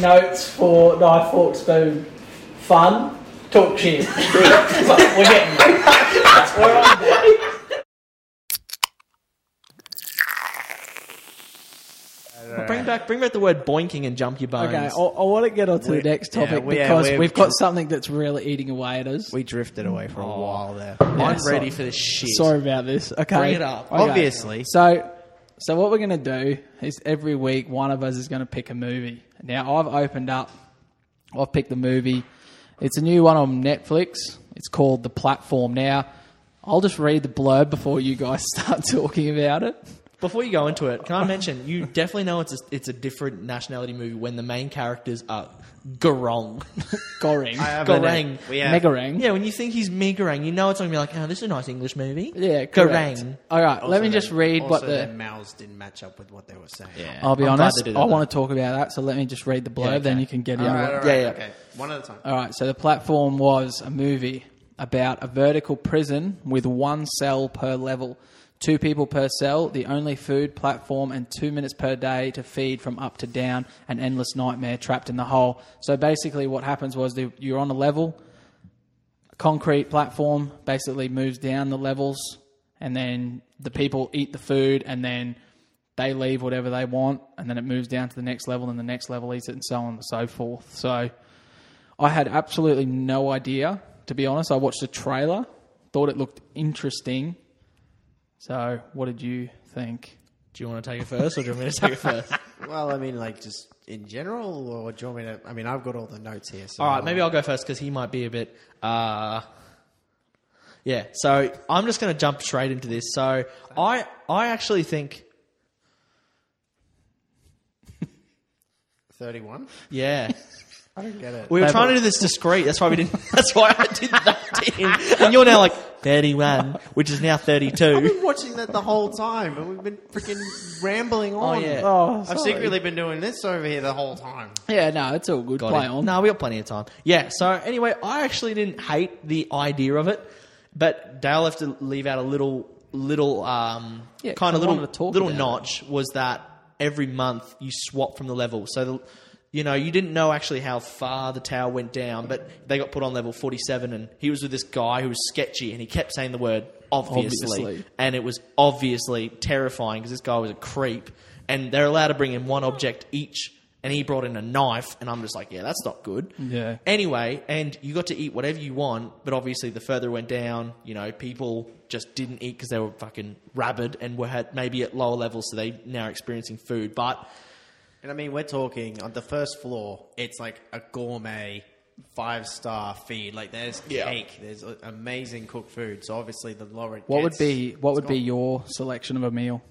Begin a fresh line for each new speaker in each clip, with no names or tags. notes for knife, fork, spoon, fun, talk cheap. We're getting there. We're on there.
Bring back, bring back the word boinking and jump your bones.
Okay, I,
oh,
I want to get on to
We-
the next
yeah,
topic
we- yeah,
because
we're-
we've got something that's really eating away at us.
We drifted away for a while there.
Oh. I'm
so-
ready for this shit.
Sorry about this. Okay,
Bring it up.
Okay.
Obviously.
So, so what we're going to do is every week one of us is going to pick a movie. Now I've opened up. I've picked the movie. It's a new one on Netflix. It's called The Platform. Now, I'll just read the blurb before you guys start talking about it.
Before you go into it, can I mention you definitely know it's a, it's a different nationality movie when the main characters are Garong,
Goring.
Garang.
We have
Megarang.
Yeah, when you think he's Megarang, you know it's going to be like, oh, this is a nice English movie.
Yeah, correct.
Garang.
All right,
Also
let me just
their-
read
also
what the.
their mouths didn't match up with what they were saying.
Yeah.
I'll be
I'm glad
honest.
they did
I
that,
want to talk about that, so let me just read the blurb,
Yeah, okay.
then you can get it.
All right,
out.
all right,
Yeah, yeah.
Okay, one at a time.
All right, so the platform was a movie about a vertical prison with one cell per level, two people per cell, the only food platform, and two minutes per day to feed from up to down, an endless nightmare trapped in the hole. So basically, what happens was the, you're on a level, a concrete platform basically moves down the levels, and then the people eat the food, and then they leave whatever they want, and then it moves down to the next level, and the next level eats it, and so on and so forth. So. I had absolutely no idea, to be honest. I watched the trailer, thought it looked interesting. So, what did you think?
Do you want to take it first, or do you want me to take it first?
Well, I mean, like just in general, or do you want me to? I mean, I've got all the notes here. So
All right, maybe I'll go first because he might be a bit. Uh, yeah, so I'm just going to jump straight into this. So I, I actually think,
thirty-one.
yeah,
I don't get it.
we were
They
trying
both-
to do this discreet. That's why we didn't. That's why I did that to him. And you're now like 31, which is now 32.
We've been watching that the whole time, and we've been freaking rambling on.
yeah.
Oh,
I've secretly been doing this over here the whole time.
Yeah, no, it's all good.
Got
Play
it.
on.
No, we got plenty of time. Yeah. So anyway, I actually didn't hate the idea of it, but Dale left to leave out a little, little, um,
Yeah, 'cause
kind
I
of little,
wanted to talk
little
about it.
notch was that every month you swap from the level. So the, you know, you didn't know actually how far the tower went down, but they got put on level forty-seven, and he was with this guy who was sketchy, and he kept saying the word obviously,
Obviously.
and it was obviously terrifying because this guy was a creep, and they're allowed to bring in one object each, and he brought in a knife, and I'm just like, yeah, that's not good.
Yeah.
Anyway, and you got to eat whatever you want, but obviously the further it went down, you know, people just didn't eat because they were fucking rabid and were had maybe at lower levels, so they now experiencing food, but.
And I mean, we're talking on the first floor. It's like a gourmet five-star feed. Like there's
Yeah.
cake, there's uh, amazing cooked food. So obviously, the lower it
What would
gets-
be what would be
gone.
your selection of a meal?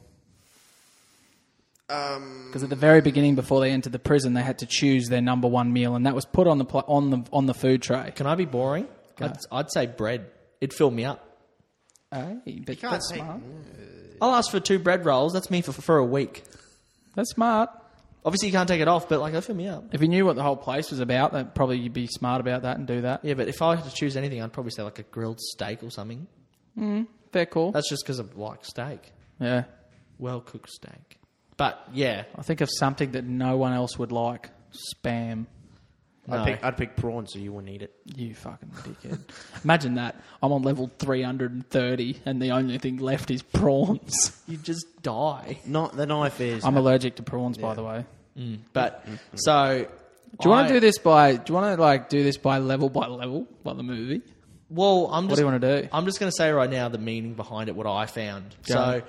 Um,
Because at the very beginning, before they entered the prison, they had to choose their number one meal, and that was put on the pla on the on the food tray.
Can I be boring? I'd, I'd say bread. It'd fill me up.
Hey, but
can't
that's
take-
smart.
I'll ask for two bread rolls. That's me for, for a week.
That's smart.
Obviously, you can't take it off, but like, that fill me up.
If you knew what the whole place was about, then probably you'd be smart about that and do that.
Yeah, but if I had to choose anything, I'd probably say like a grilled steak or something.
Fair call.
That's just because I like steak,
yeah.
well cooked steak. But yeah,
I think of something that no one else would like. Spam.
no.
I'd, pick, I'd pick prawns, so you wouldn't eat it.
You fucking dickhead. Imagine that. I'm on level 330 and the only thing left is prawns.
you just die.
Not the knife is.
I'm allergic to prawns, by the way.
But so,
Do you want to do this by, do you want to like do this by level by level by the movie?
Well, I'm just.
do you wanna do?
I'm just going to say right now the meaning behind it, what I found.
Go
So,
on.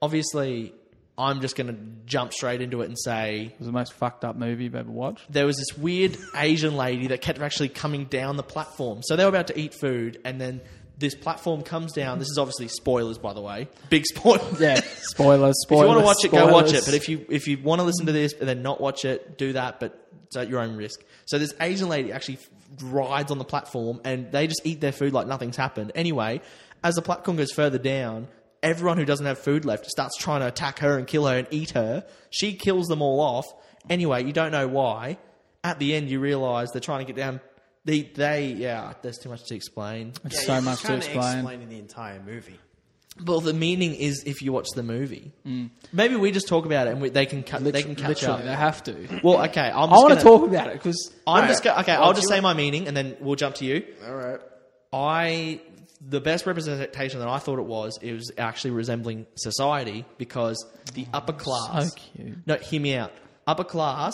obviously, I'm just going to jump straight into it and say
It was the most fucked up movie you've ever watched.
there was this weird Asian lady that kept actually coming down the platform. So they were about to eat food, and then this platform comes down. This is obviously spoilers, by the way. Big spoilers.
Yeah. Spoilers,
If
spoilers.
you want to watch it, go watch it.
spoilers.
But if you if you want to listen to this and then not watch it, do that. But it's at your own risk. So this Asian lady actually rides on the platform and they just eat their food like nothing's happened. Anyway, as the platform goes further down, everyone who doesn't have food left starts trying to attack her and kill her and eat her. She kills them all off. Anyway, you don't know why. At the end, you realize they're trying to get down. They, they, yeah, there's too much to explain.
It's
Yeah,
so
you're
much to
kinda
explain.
Explaining the entire movie.
Well, the meaning is if you watch the movie. Maybe we just talk about it and we, they can cut. They can catch
Mm. Literally,
up.
they have to.
Well, okay.
I want
I'm just gonna,
to talk about it because
I'm
All
just
right.
go- okay.
Well,
I'll
do
just
you
say my meaning and then we'll jump to you.
All right.
I the best representation that I thought it was it was actually resembling society because the upper class.
so cute.
No, hear me out. Upper class,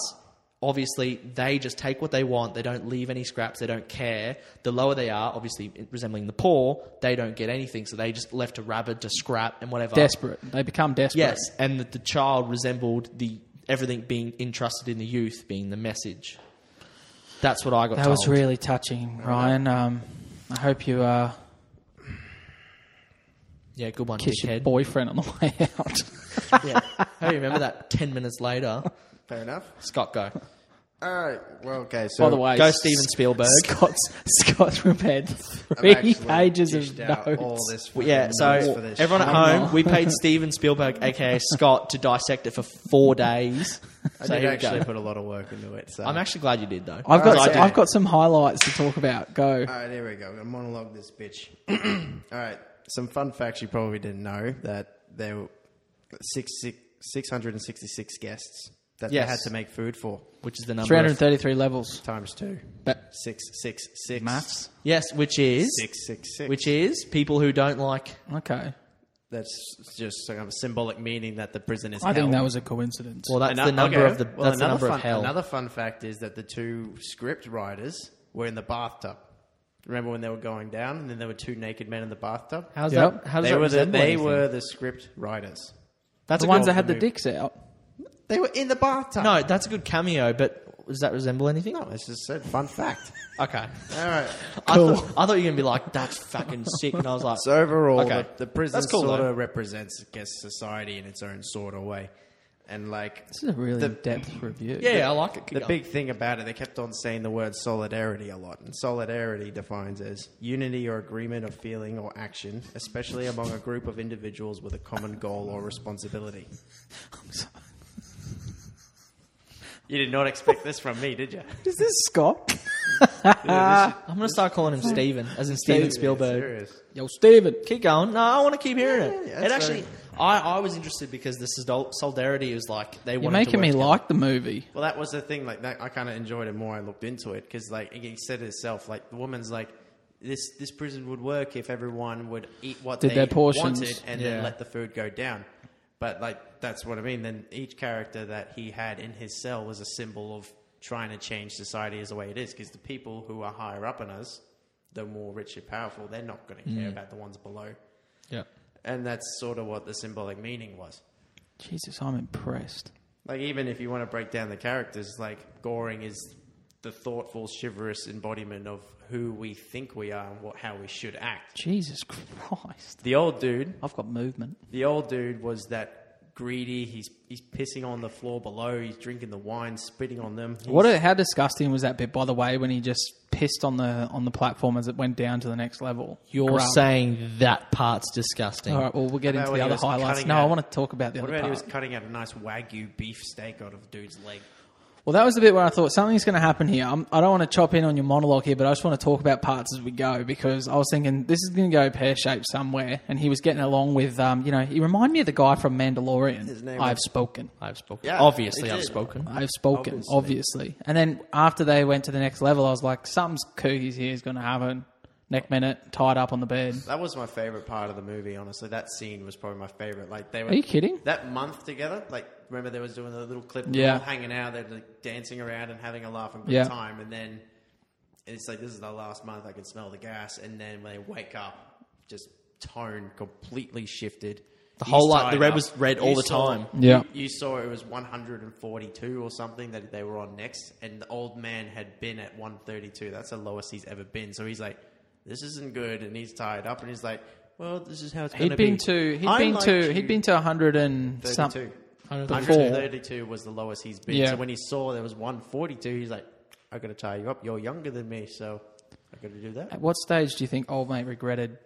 obviously, they just take what they want. They don't leave any scraps. They don't care. The lower they are, obviously resembling the poor, they don't get anything. So they just left to rabid to scrap and whatever.
desperate. They become desperate.
Yes, and that the child resembled the everything being entrusted in the youth being the message. That's what I got.
That
told.
was really touching, Ryan. Um, I hope you uh,
yeah, good one,
kiss your
dickhead.
boyfriend on the way out.
yeah. I remember that 10 minutes later.
Fair enough.
Scott, go.
All right. Well, okay. So
By the way,
Go,
S-
Steven Spielberg.
Scott's Scott's prepared
I've
three
actually
pages of
dished out
notes.
All this
Well, yeah,
fucking
so
notes for this
everyone at
shit.
home, we paid Steven Spielberg, aka Scott, to dissect it for four days.
I
So
did
here we go.
actually put a lot of work into it. So
I'm actually glad you did, though.
I've
Because
got
I
some,
did.
I've got some highlights to talk about. Go.
All right, here we go. I'm gonna monologue this bitch. All right, some fun facts you probably didn't know that there were six, six, 666 guests that
Yes.
they had to make food for
Which is the number. of-
333 levels.
times two.
That
Six, six, six.
maths.
yes, which is.
Six, six, six.
Which is people who don't like.
Okay.
that's just some kind of symbolic meaning that the prison is.
I think
hell.
that was a coincidence.
Well, that's
Ano-
the number
okay.
of the.
Well,
that's the number
another fun,
of hell.
Another fun fact is that the two script writers were in the bathtub. Remember when they were going down, and then there were two naked men in the bathtub.
How's
Yep.
that? How does
they
that
were the,
resemble
they
anything?
were the script writers.
That's
the
a
ones
good-
that had the
move.
dicks out.
They were in the bathtub.
No, that's a good cameo, but does that resemble anything?
No, it's just said fun fact.
Okay.
All right.
I, thought, I thought you were gonna be like, "That's fucking sick," and I was like,
So overall,
Okay.
the, the prison
That's cool,
sort
though.
of represents, I guess, society in its own sort of way. And like
This is a really
The-
in-depth review.
"Yeah, I like it." Keep
the
going.
big thing about it, they kept on saying the word solidarity a lot. And solidarity defines as unity or agreement of feeling or action, especially among a group of individuals with a common goal or responsibility. You did not expect this from me, did you?
Is this Scott?
I'm gonna start calling him Steven, as in
Steven,
Steven Spielberg.
Serious.
Yo, Steven.
Keep going. No, I want to keep hearing it.
yeah,
it
that's
actually,
right.
I, I was interested because this is solidarity was like they
You're
wanted to
making
work
me
together.
like the movie.
Well, that was the thing. Like, that, I kind of enjoyed it more. I looked into it because, like, he said it itself. Like, the woman's like, this this prison would work if everyone would eat what
Did
they
their portions.
wanted and
Yeah.
then let the food go down. But like, that's what I mean. Then each character that he had in his cell was a symbol of trying to change society as the way it is. Because the people who are higher up in us, the more rich and powerful, they're not going to
Mm.
care about the ones below.
Yeah.
And that's sort of what the symbolic meaning was.
Jesus, I'm impressed.
Like even if you want to break down the characters, like Goring is the thoughtful, chivalrous embodiment of who we think we are and what, how we should act.
Jesus Christ.
The old dude,
I've got movement.
the old dude was that greedy. He's he's pissing on the floor below. He's drinking the wine, spitting on them. He's-
What? A, how disgusting was that bit? By the way, when he just pissed on the on the platform as it went down to the next level.
You're
Grub.
saying that part's disgusting.
All right. Well, we'll get into
about
the
when he
other
was
highlights.
cutting
No,
out-
I want to talk about the
What
other
about he
part.
was cutting out a nice wagyu beef steak out of a dude's leg?
Well, that was the bit where I thought something's going to happen here. I'm, I don't want to chop in on your monologue here, but I just want to talk about parts as we go because I was thinking this is going to go pear shaped somewhere. And he was getting along with, um, you know, he reminded me of the guy from Mandalorian.
His name
I've
was-
spoken.
I've spoken.
Yeah,
Obviously,
it
I've
did.
spoken.
I've spoken, obviously.
Obviously.
And then after they went to the next level, I was like, something's kookies here is going to happen. Next minute, tied up on the bed.
That was my favorite part of the movie. Honestly, that scene was probably my favorite. Like they were.
Are you kidding?
That month together, like remember they was doing a little clip,
Yeah.
yeah, hanging out, they're like dancing around and having a laugh and good
Yeah.
time, and then it's like this is the last month I can smell the gas, and then when they wake up, just tone completely shifted. The
whole lot- the red was red all the time.
Yeah.
you, you saw it was 142 or something that they were on next, and the old man had been at 132. That's the lowest he's ever been. So he's like, "This isn't good," and he's tied up, and he's like, "Well, this is how it's going
He'd
to
been
be."
to, he'd
I
been
like
to,
you.
he'd been to 100 and
32.
something. Before.
132 was the lowest he's been.
Yeah.
So when he saw there was 142, he's like, i got to tie you up. You're younger than me, so i got to do that.
At what stage do you think old mate regretted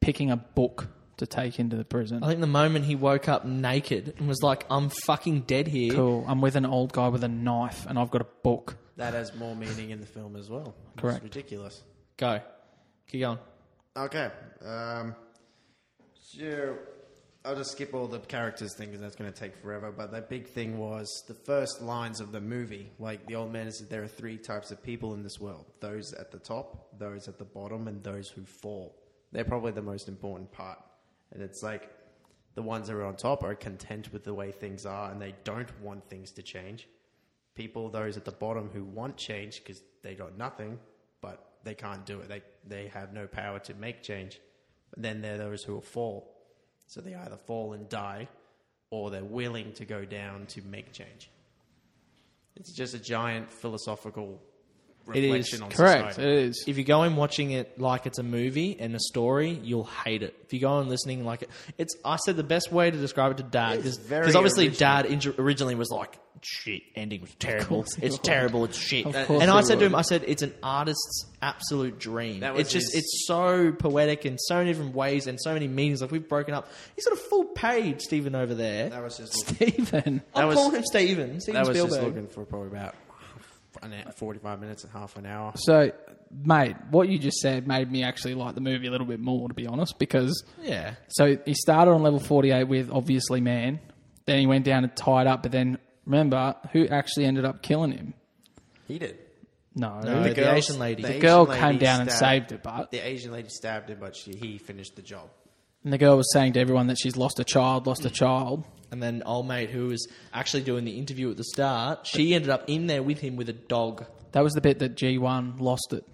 picking a book to take into the prison?
I think the moment he woke up naked and was like, "I'm fucking dead here."
Cool. I'm with an old guy with a knife, and I've got a book.
That has more meaning in the film as well. It's
Correct.
ridiculous.
Go. Keep going.
Okay. Um, Sure. I'll just skip all the characters thing because that's going to take forever. But the big thing was the first lines of the movie. Like the old man said, there are three types of people in this world: those at the top, those at the bottom, and those who fall. They're probably the most important part. And it's like the ones that are on top are content with the way things are, and they don't want things to change. People, those at the bottom who want change because they got nothing, but they can't do it. They they have no power to make change. But then there are those who will fall. So they either fall and die, or they're willing to go down to make change. It's just a giant philosophical
It
reflection
is,
on
Correct.
society.
It is.
If you go in watching it like it's a movie and a story, you'll hate it. If you go in listening like it, it's, I said the best way to describe it to Dad
It's very
because obviously
original.
Dad inj- originally was like, "Shit, ending was terrible.
course he
It's
would.
terrible. It's shit."
Of course
and I
he
said to him,
would.
"I said it's an artist's absolute dream.
That was
It's just
his-
it's so poetic in so many different ways and so many meanings. Like we've broken up. He's got a full page, Stephen over there.
That was just
Even
I'm
was-
calling him Stephen. Steven
that was
Spielberg.
just looking for probably about an hour, forty-five minutes and half an hour.
so, mate, what you just said made me actually like the movie a little bit more, to be honest, because
yeah.
So he started on level 48 with obviously man. Then he went down and tied up. But then remember who actually ended up killing him?
He did.
No,
No,
the,
the,
girls-
Asian lady.
they-
girl
Asian
came
lady
down and
stabbed-
saved it. But
The Asian lady stabbed him, but she, he finished the job.
and the girl was saying to everyone that she's lost a child, lost
Mm.
a child.
And then old mate, who was actually doing the interview at the start, she ended up in there with him with a dog.
That was the bit that G one lost it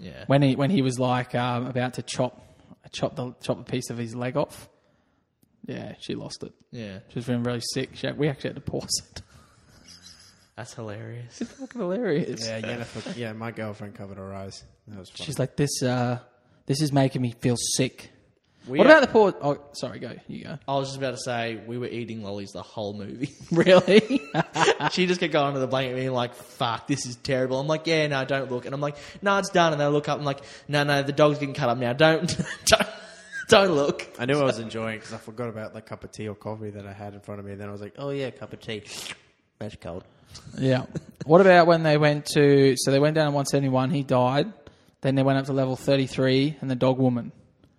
Yeah.
when he when he was like um, about to chop chop the chop a piece of his leg off. Yeah, she lost it.
yeah.
She was feeling really sick. She, we actually had to pause it.
That's hilarious.
It's fucking hilarious.
Yeah, Yennefer, yeah, my girlfriend covered her eyes. That was funny.
She's like this. Uh, this is making me feel sick.
We
what
are-
about the poor? Oh, sorry, go. You go.
I was just about to say we were eating lollies the whole movie.
Really?
she just kept going under the blanket, being like, "Fuck, this is terrible." I'm like, "Yeah, no, don't look." And I'm like, "No, it's done." And they look up. I'm like, "No, no, the dog's getting cut up now. Don't, don't, don't look."
I knew I was enjoying because I forgot about the cup of tea or coffee that I had in front of me. And then I was like, oh yeah, cup of tea. That's cold.
yeah. What about when they went to? So they went down to 171. He died. Then they went up to level 33, and the dog woman.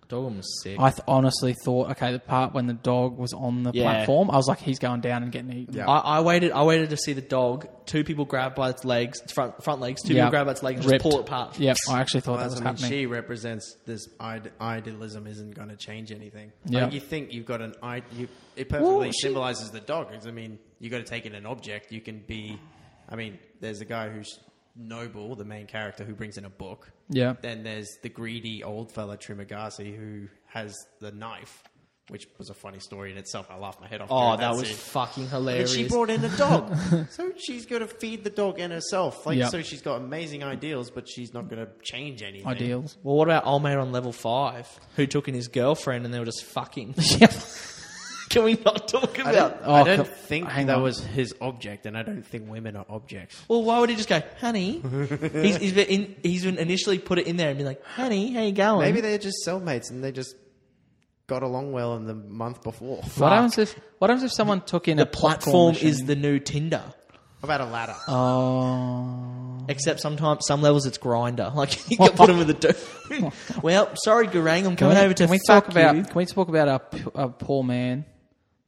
Dog was sick.
I th- honestly thought, okay, the part when the dog was on the
Yeah.
platform, I was like, he's going down and getting eaten.
Yeah.
I, I waited. I waited to see the dog. Two people grab by its legs, front front legs. Two
Yeah.
people grab by its leg and just
Ripped.
pull it apart.
Yep, I actually thought that
That's
was
what I mean.
happening.
She represents this ide- idealism isn't going to change anything.
Yeah.
Like, you think you've got an I- you It perfectly
she-
symbolizes the dog. 'cause, I mean, you got to take in an object. You can be. I mean, there's a guy who's noble, the main character who brings in a book.
Yeah.
Then there's the greedy old fella Trimagasi who has the knife, which was a funny story in itself. I laughed my head off.
Oh,
during
that was
scene.
fucking
And
hilarious.
she brought in a dog, so she's going to feed the dog and herself. Like,
Yep.
so she's got amazing ideals, but she's not going to change anything.
Ideals.
well, what about old mate on level five who took in his girlfriend and they were just fucking? Can we not talk
I
about?
don't,
Oh,
I don't
co-
think
hang
that
on.
was his object, and I don't think women are objects.
Well, why would he just go, honey? he's, he's, been in, he's been initially put it in there and be like, honey, how you going?
Maybe they're just cellmates, and they just got along well in the month before.
What happens if? What happens if someone took in a
the platform
machine?
is the new Tinder.
About a ladder.
Uh, Oh.
Except sometimes, some levels it's grinder. Like you got put in with a dude. well, sorry, Garang, I'm coming
Can we-
over to
can we
fuck
talk about?
you.
Can we talk about our, p- our poor man,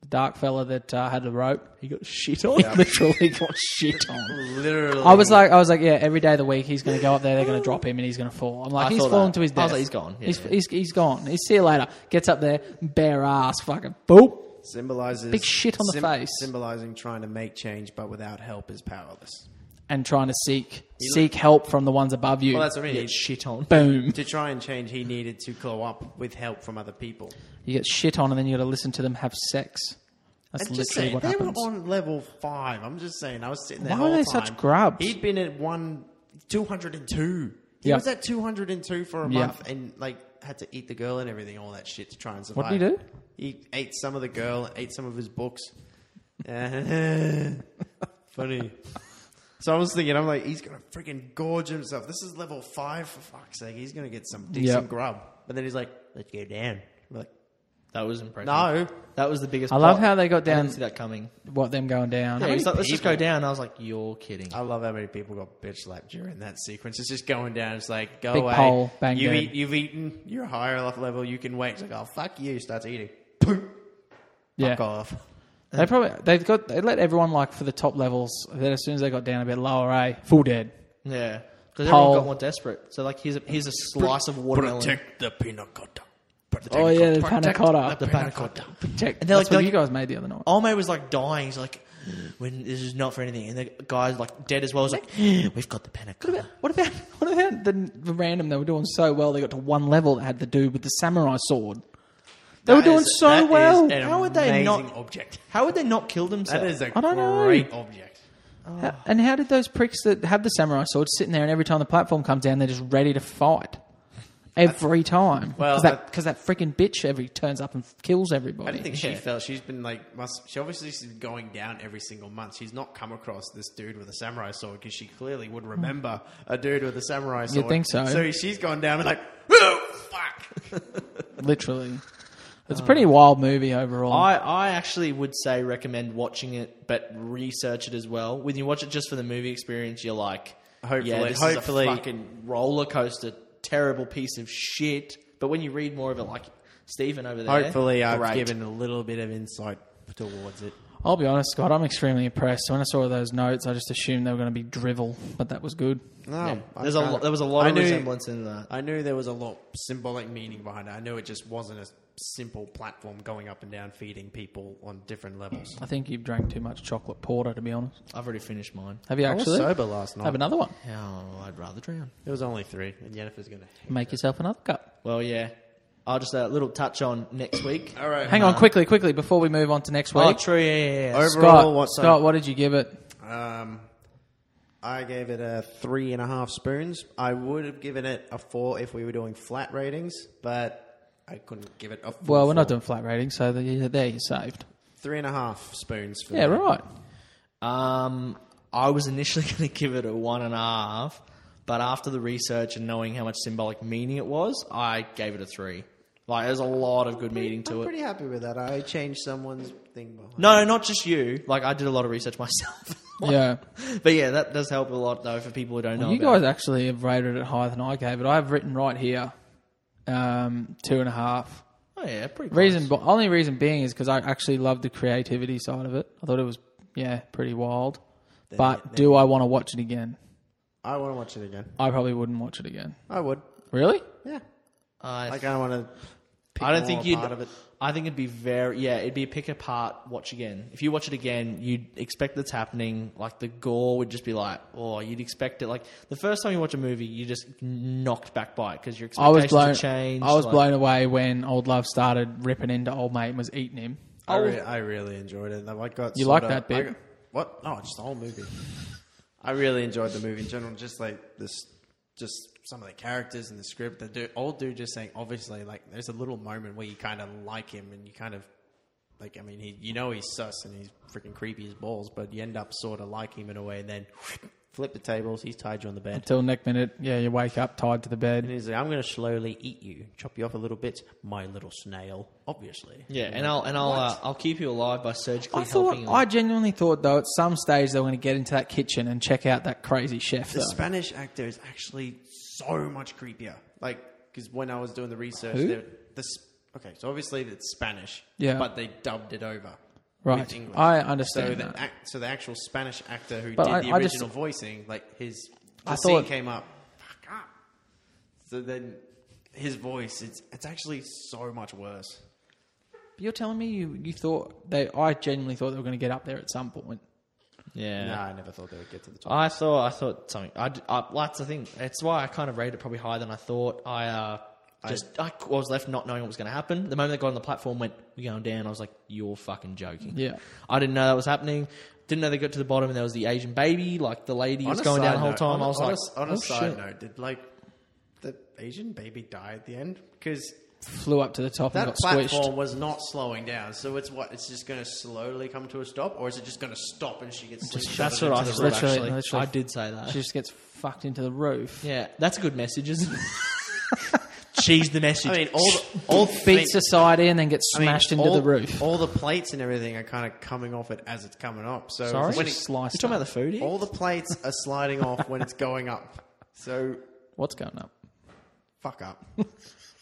the dark fella that uh, had the rope?
He got shit on.
Literally got shit on.
Literally,
I was like, I was like, yeah. Every day of the week, he's going to go up there. They're going to drop him, and he's going to fall. I'm like,
I
he's
thought
falling
that.
to his death.
I was like, he's gone. Yeah,
he's,
yeah.
he's he's gone. He's see you later. Gets up there, bare ass, fucking boop.
symbolizes
Big shit on the face.
symbolizing trying to make change, but without help is powerless.
And trying to seek seek help from the ones above you.
Well, that's what I mean.
Get shit on.
Boom.
to try and change, he needed to glow up with help from other people.
You get shit on, and then you got to listen to them have sex. That's
And
literally what
they
happens.
were on level five. I'm just saying. I was sitting there.
Why
the
were
whole
they such
time.
grubs?
He'd been at one two hundred and two. He
Yeah.
was at two hundred and two for a
Yeah.
month, and like had to eat the girl and everything, all that shit to try and survive.
What did he do?
He ate some of the girl, ate some of his books. Funny. So I was thinking, I'm like, he's gonna freaking gorge himself. This is level five for fuck's sake. He's gonna get some decent
Yep.
grub. But then he's like, let's go down. We're like,
That was impressive.
No.
That was the biggest.
I love
plot.
how they got
I
down.
didn't see that coming.
What them going down?
Yeah, he was like, let's just go
people?
down. I was like, you're kidding.
I love how many people got bitch slapped during that sequence. It's just going down. It's like, go
Big
away.
pole, bang,
you
dead.
eat, you've eaten. You're a higher enough level. You can wait. It's like, oh, fuck you. Starts eating.
Yeah,
Fuck off.
they probably they've got they let everyone like for the top levels. Then as soon as they got down a bit lower, a full dead.
Yeah, because everyone
Pole.
got more desperate. So like, here's a here's a slice of watermelon.
the pina colada. Protect
Oh yeah, the
protect
panna cotta.
The
pina
panic.
colada.
Check.
And they're
That's what
like- they're
you guys made the other night.
Alme was like dying. He's like, when this is not for anything. And the guy's like dead as well. He's like, we've got the panic.
What about what about the, the random? They were doing so well. They got to one level that had the dude with the samurai sword. They were
That
doing
is- that
so
is
well.
an
How would they
amazing
not-
object?
How would they not kill
That
themselves?
is a
I don't know.
great object.
How- and how did those pricks that have the samurai sword sitting there and every time the platform comes down, they're just ready to fight? Every time.
Well,
Because that, 'cause that freaking bitch every turns up and kills everybody.
I don't think she felt she's been like must she obviously has been going down every single month. She's not come across this dude with a samurai sword because she clearly
Hmm.
would remember a dude with a samurai sword.
think so?
So she's gone down and like, oh, fuck.
Literally. It's a pretty wild movie overall.
I, I actually would say recommend watching it, but research it as well. When you watch it just for the movie experience, you're like,
Hopefully-
yeah, this
hopefully-
is a fucking roller coaster, terrible piece of shit. But when you read more of it, like Stephen over there,
Hopefully, I've
great.
given a little bit of insight towards it.
I'll be honest, Scott, I'm extremely impressed. When I saw those notes, I just assumed they were going to be drivel, but that was good.
No,
Yeah.
Oh, I
There's a
can't-
lo- there was a lot
I
of
knew-
resemblance in that.
I knew there was a lot symbolic meaning behind it. I knew it just wasn't a simple platform going up and down, feeding people on different levels.
I think you've drank too much chocolate porter, to be honest.
I've already finished mine.
Have you
I was
actually?
sober last night.
Have another one.
Oh, I'd rather drown.
There was only three, and Jennifer's gonna.
Make yourself another cup.
Well, yeah. I'll just a little touch on next week.
All right.
Hang on, quickly, quickly, before we move on to next week.
Oh, true. Yeah, yeah, yeah.
Overall,
Scott,
what-
Scott, what did you give it?
Um, I gave it a three and a half spoons. I would have given it a four if we were doing flat ratings, but I couldn't give it a. Full
Well, we're not
four.
doing flat ratings, so the, yeah, there you're saved.
three and a half spoons. For
Yeah,
me.
right.
Um, I was initially going to give it a one and a half, but after the research and knowing how much symbolic meaning it was, I gave it a three. Like, there's a lot of good meaning
I'm
to it.
pretty happy with that. I changed someone's thing behind.
No, not just you. Like, I did a lot of research myself.
Yeah.
but yeah, that does help a lot though for people who don't know.
you
about
guys actually have rated it higher than I gave it. I've written right here um, two and a half.
it. oh yeah, pretty. Close.
Reason, but only reason being is because I actually love the creativity side of it. I thought it was yeah pretty wild. but do I want to watch it again?
I want to watch it again.
I probably wouldn't watch it again.
I would.
Really?
Yeah,
I,
I kind of want to.
I don't think you'd.
Part of it.
I think it'd be very yeah. It'd be a pick apart watch again. If you watch it again, you'd expect that's happening. Like the gore would just be like, oh, you'd expect it. Like the first time you watch a movie, you just knocked back by it because your
I was
expectations
blown.
have changed.
I was
like-
blown away when Old Love started ripping into Old Mate and was eating him.
I, re- I really enjoyed it. I got
Oh. You
sort
like
of-
that
I
bit?
got- what? No, just the whole movie. I really enjoyed the movie in general. Just like this, just some of the characters and the script. The dude, old dude just saying, obviously, like there's a little moment where you kind of like him and you kind of like. I mean, he, you know he's sus and he's freaking creepy as balls, but you end up sort of liking him in a way. And then flip the tables. He's tied you on the bed.
Till next minute, yeah, you wake up tied to the
And
bed.
he's like, I'm going to slowly eat you, chop you off a little bit, my little snail, obviously.
Yeah, and I'll and I'll uh, I'll keep you alive by surgically
I
helping.
thought,
you.
I genuinely thought though, at some stage they were going to get into that kitchen and check out that crazy chef.
The
Though.
Spanish actor is actually so much creepier. Like, because when I was doing the research,
Who?
there- the s- okay, so obviously it's Spanish,
Yeah.
but they dubbed it over.
Right.
with English.
I
So
understand
the,
that.
act, so the actual Spanish actor who
But
did
I-
the
I just-
original voicing, like his, the
I
scene
thought-
came up. Fuck up. So then his voice, it's it's actually so much worse.
But You're telling me you, you thought they? I genuinely thought they were going to get up there at some point.
yeah.
No, I never thought they would get to the top.
I thought I thought something. I, d- I- that's the thing. It's why I kind of rated it probably higher than I thought. I uh, just I, was left not knowing what was going to happen. The moment they got on the platform, went we going down. I was like, you're fucking joking.
Yeah.
I didn't know that was happening. Didn't know they got to the bottom and there was the Asian baby, like the lady was
a
going down
side
the whole
note-
time.
on a-
I was
on
like,
a, on a
oh,
side
shit.
note, did like the Asian baby die at the end? Because
Flew up to the top
that
and got
platform
squished.
was not slowing down. So it's what? It's just going to slowly come to a stop, or is it just going to stop and she gets? slingshotted
that's what
into
I
the
thought.
rock?
Literally-
actually,
literally.
I did say that.
She just gets fucked into the roof.
yeah, that's a good message, isn't it? she's the message.
I mean, all the, all
Beat
I mean-
society and then gets
I mean,
smashed into
all-
the roof.
All the plates and everything are kind of coming off it as it's coming up. So
Sorry?
when
Just
it-
sliced
you talking
up.
about the food here?
all the plates are sliding off when it's going up. So
What's going up?
fuck up.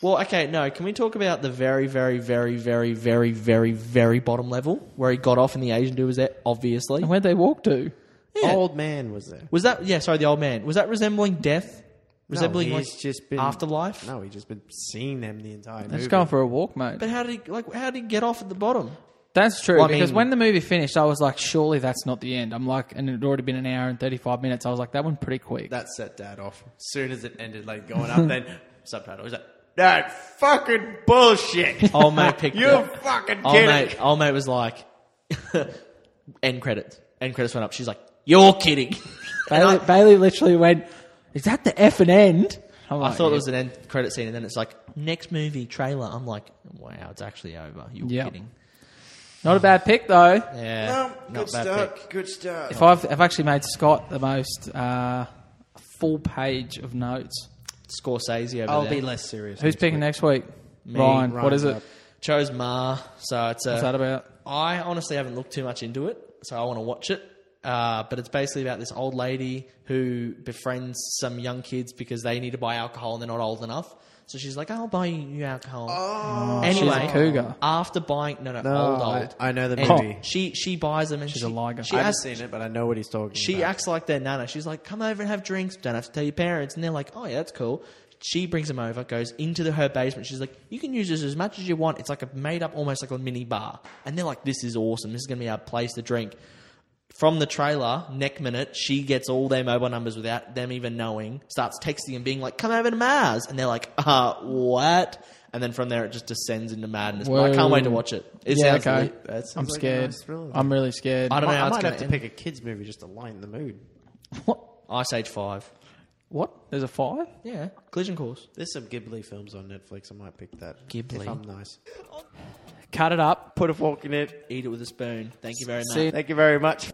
Well, okay, no. Can we talk about the very, very, very, very, very, very, very bottom level where he got off and the Asian dude was there? Obviously,
And where'd they walk to?
Yeah.
Old man was there.
was that? Yeah, sorry, the old man. Was that resembling death? Resembling
no,
like
he's just been
afterlife?
No, he's just been seeing them the entire
They're
movie.
just going for a walk, mate.
But how did he like? How did he get off at the bottom?
That's true
Well, I
because
mean-
when the movie finished, I was like, surely that's not the end. I'm like, and it had already been an hour and 35 minutes. I was like, that went pretty quick.
that set Dad off. As soon as it ended, like going up, then subtitle was like, "That fucking bullshit."
Old mate picked
You
it up.
fucking
Old
kidding?
Oh, mate, old mate was like, end credits. End credits went up. She's like, you're kidding.
Bailey, Bailey literally went, is that the F and end? I'm
I
like,
Oh,
thought it was an end credit scene, and then it's like next movie trailer. I'm like, wow, it's actually over. You're
Yep.
kidding.
Not a bad pick, though.
Yeah, not bad pick.
Um, Good start.
If I've, I've actually made Scott the most uh, full page of notes.
Scorsese over
I'll
there.
be less serious.
Who's picking next week? Ryan. What
Ryan's
is it?
up.
chose Ma, so it's a.
What's that about?
I honestly haven't looked too much into it, so I want to watch it. Uh, but it's basically about this old lady who befriends some young kids because they need to buy alcohol and they're not old enough. So she's like, "I'll buy you alcohol." anyway,
Oh, She's a cougar.
After buying no no,
Oh. No,
old
I-
old.
Oh, I know the
And
movie.
She she buys them and she's
a liger.
She
I haven't
acts-
seen it, but I know what he's talking
she
about.
acts like their nana. She's like, come over and have drinks. Don't have to tell your parents. And they're like, oh, yeah, that's cool. She brings them over, goes into the, her basement. She's like, you can use this as much as you want. It's like a made up, almost like a mini bar. And they're like, this is awesome. This is going to be our place to drink. From the trailer, neck minute, she gets all their mobile numbers without them even knowing, starts texting and being like, come over to Mars. And they're like, uh, what? And then from there, it just descends into madness. But I can't wait to
Whoa.
watch it. It
yeah,
sounds
okay. Um,
lit.
That sounds
I'm
like a
scared.
nice thriller.
I'm really scared.
I don't know
I
how it's
might
going
have
to
to
end.
pick a kids movie just to lighten the mood.
what?
Ice Age 5.
What? There's a five?
Yeah, collision course.
There's some Ghibli films on Netflix. I might pick that.
Ghibli.
If I'm nice.
Cut it up.
Put a fork in it.
Eat it with a spoon. Thank you very much.
See you
Thank you very much.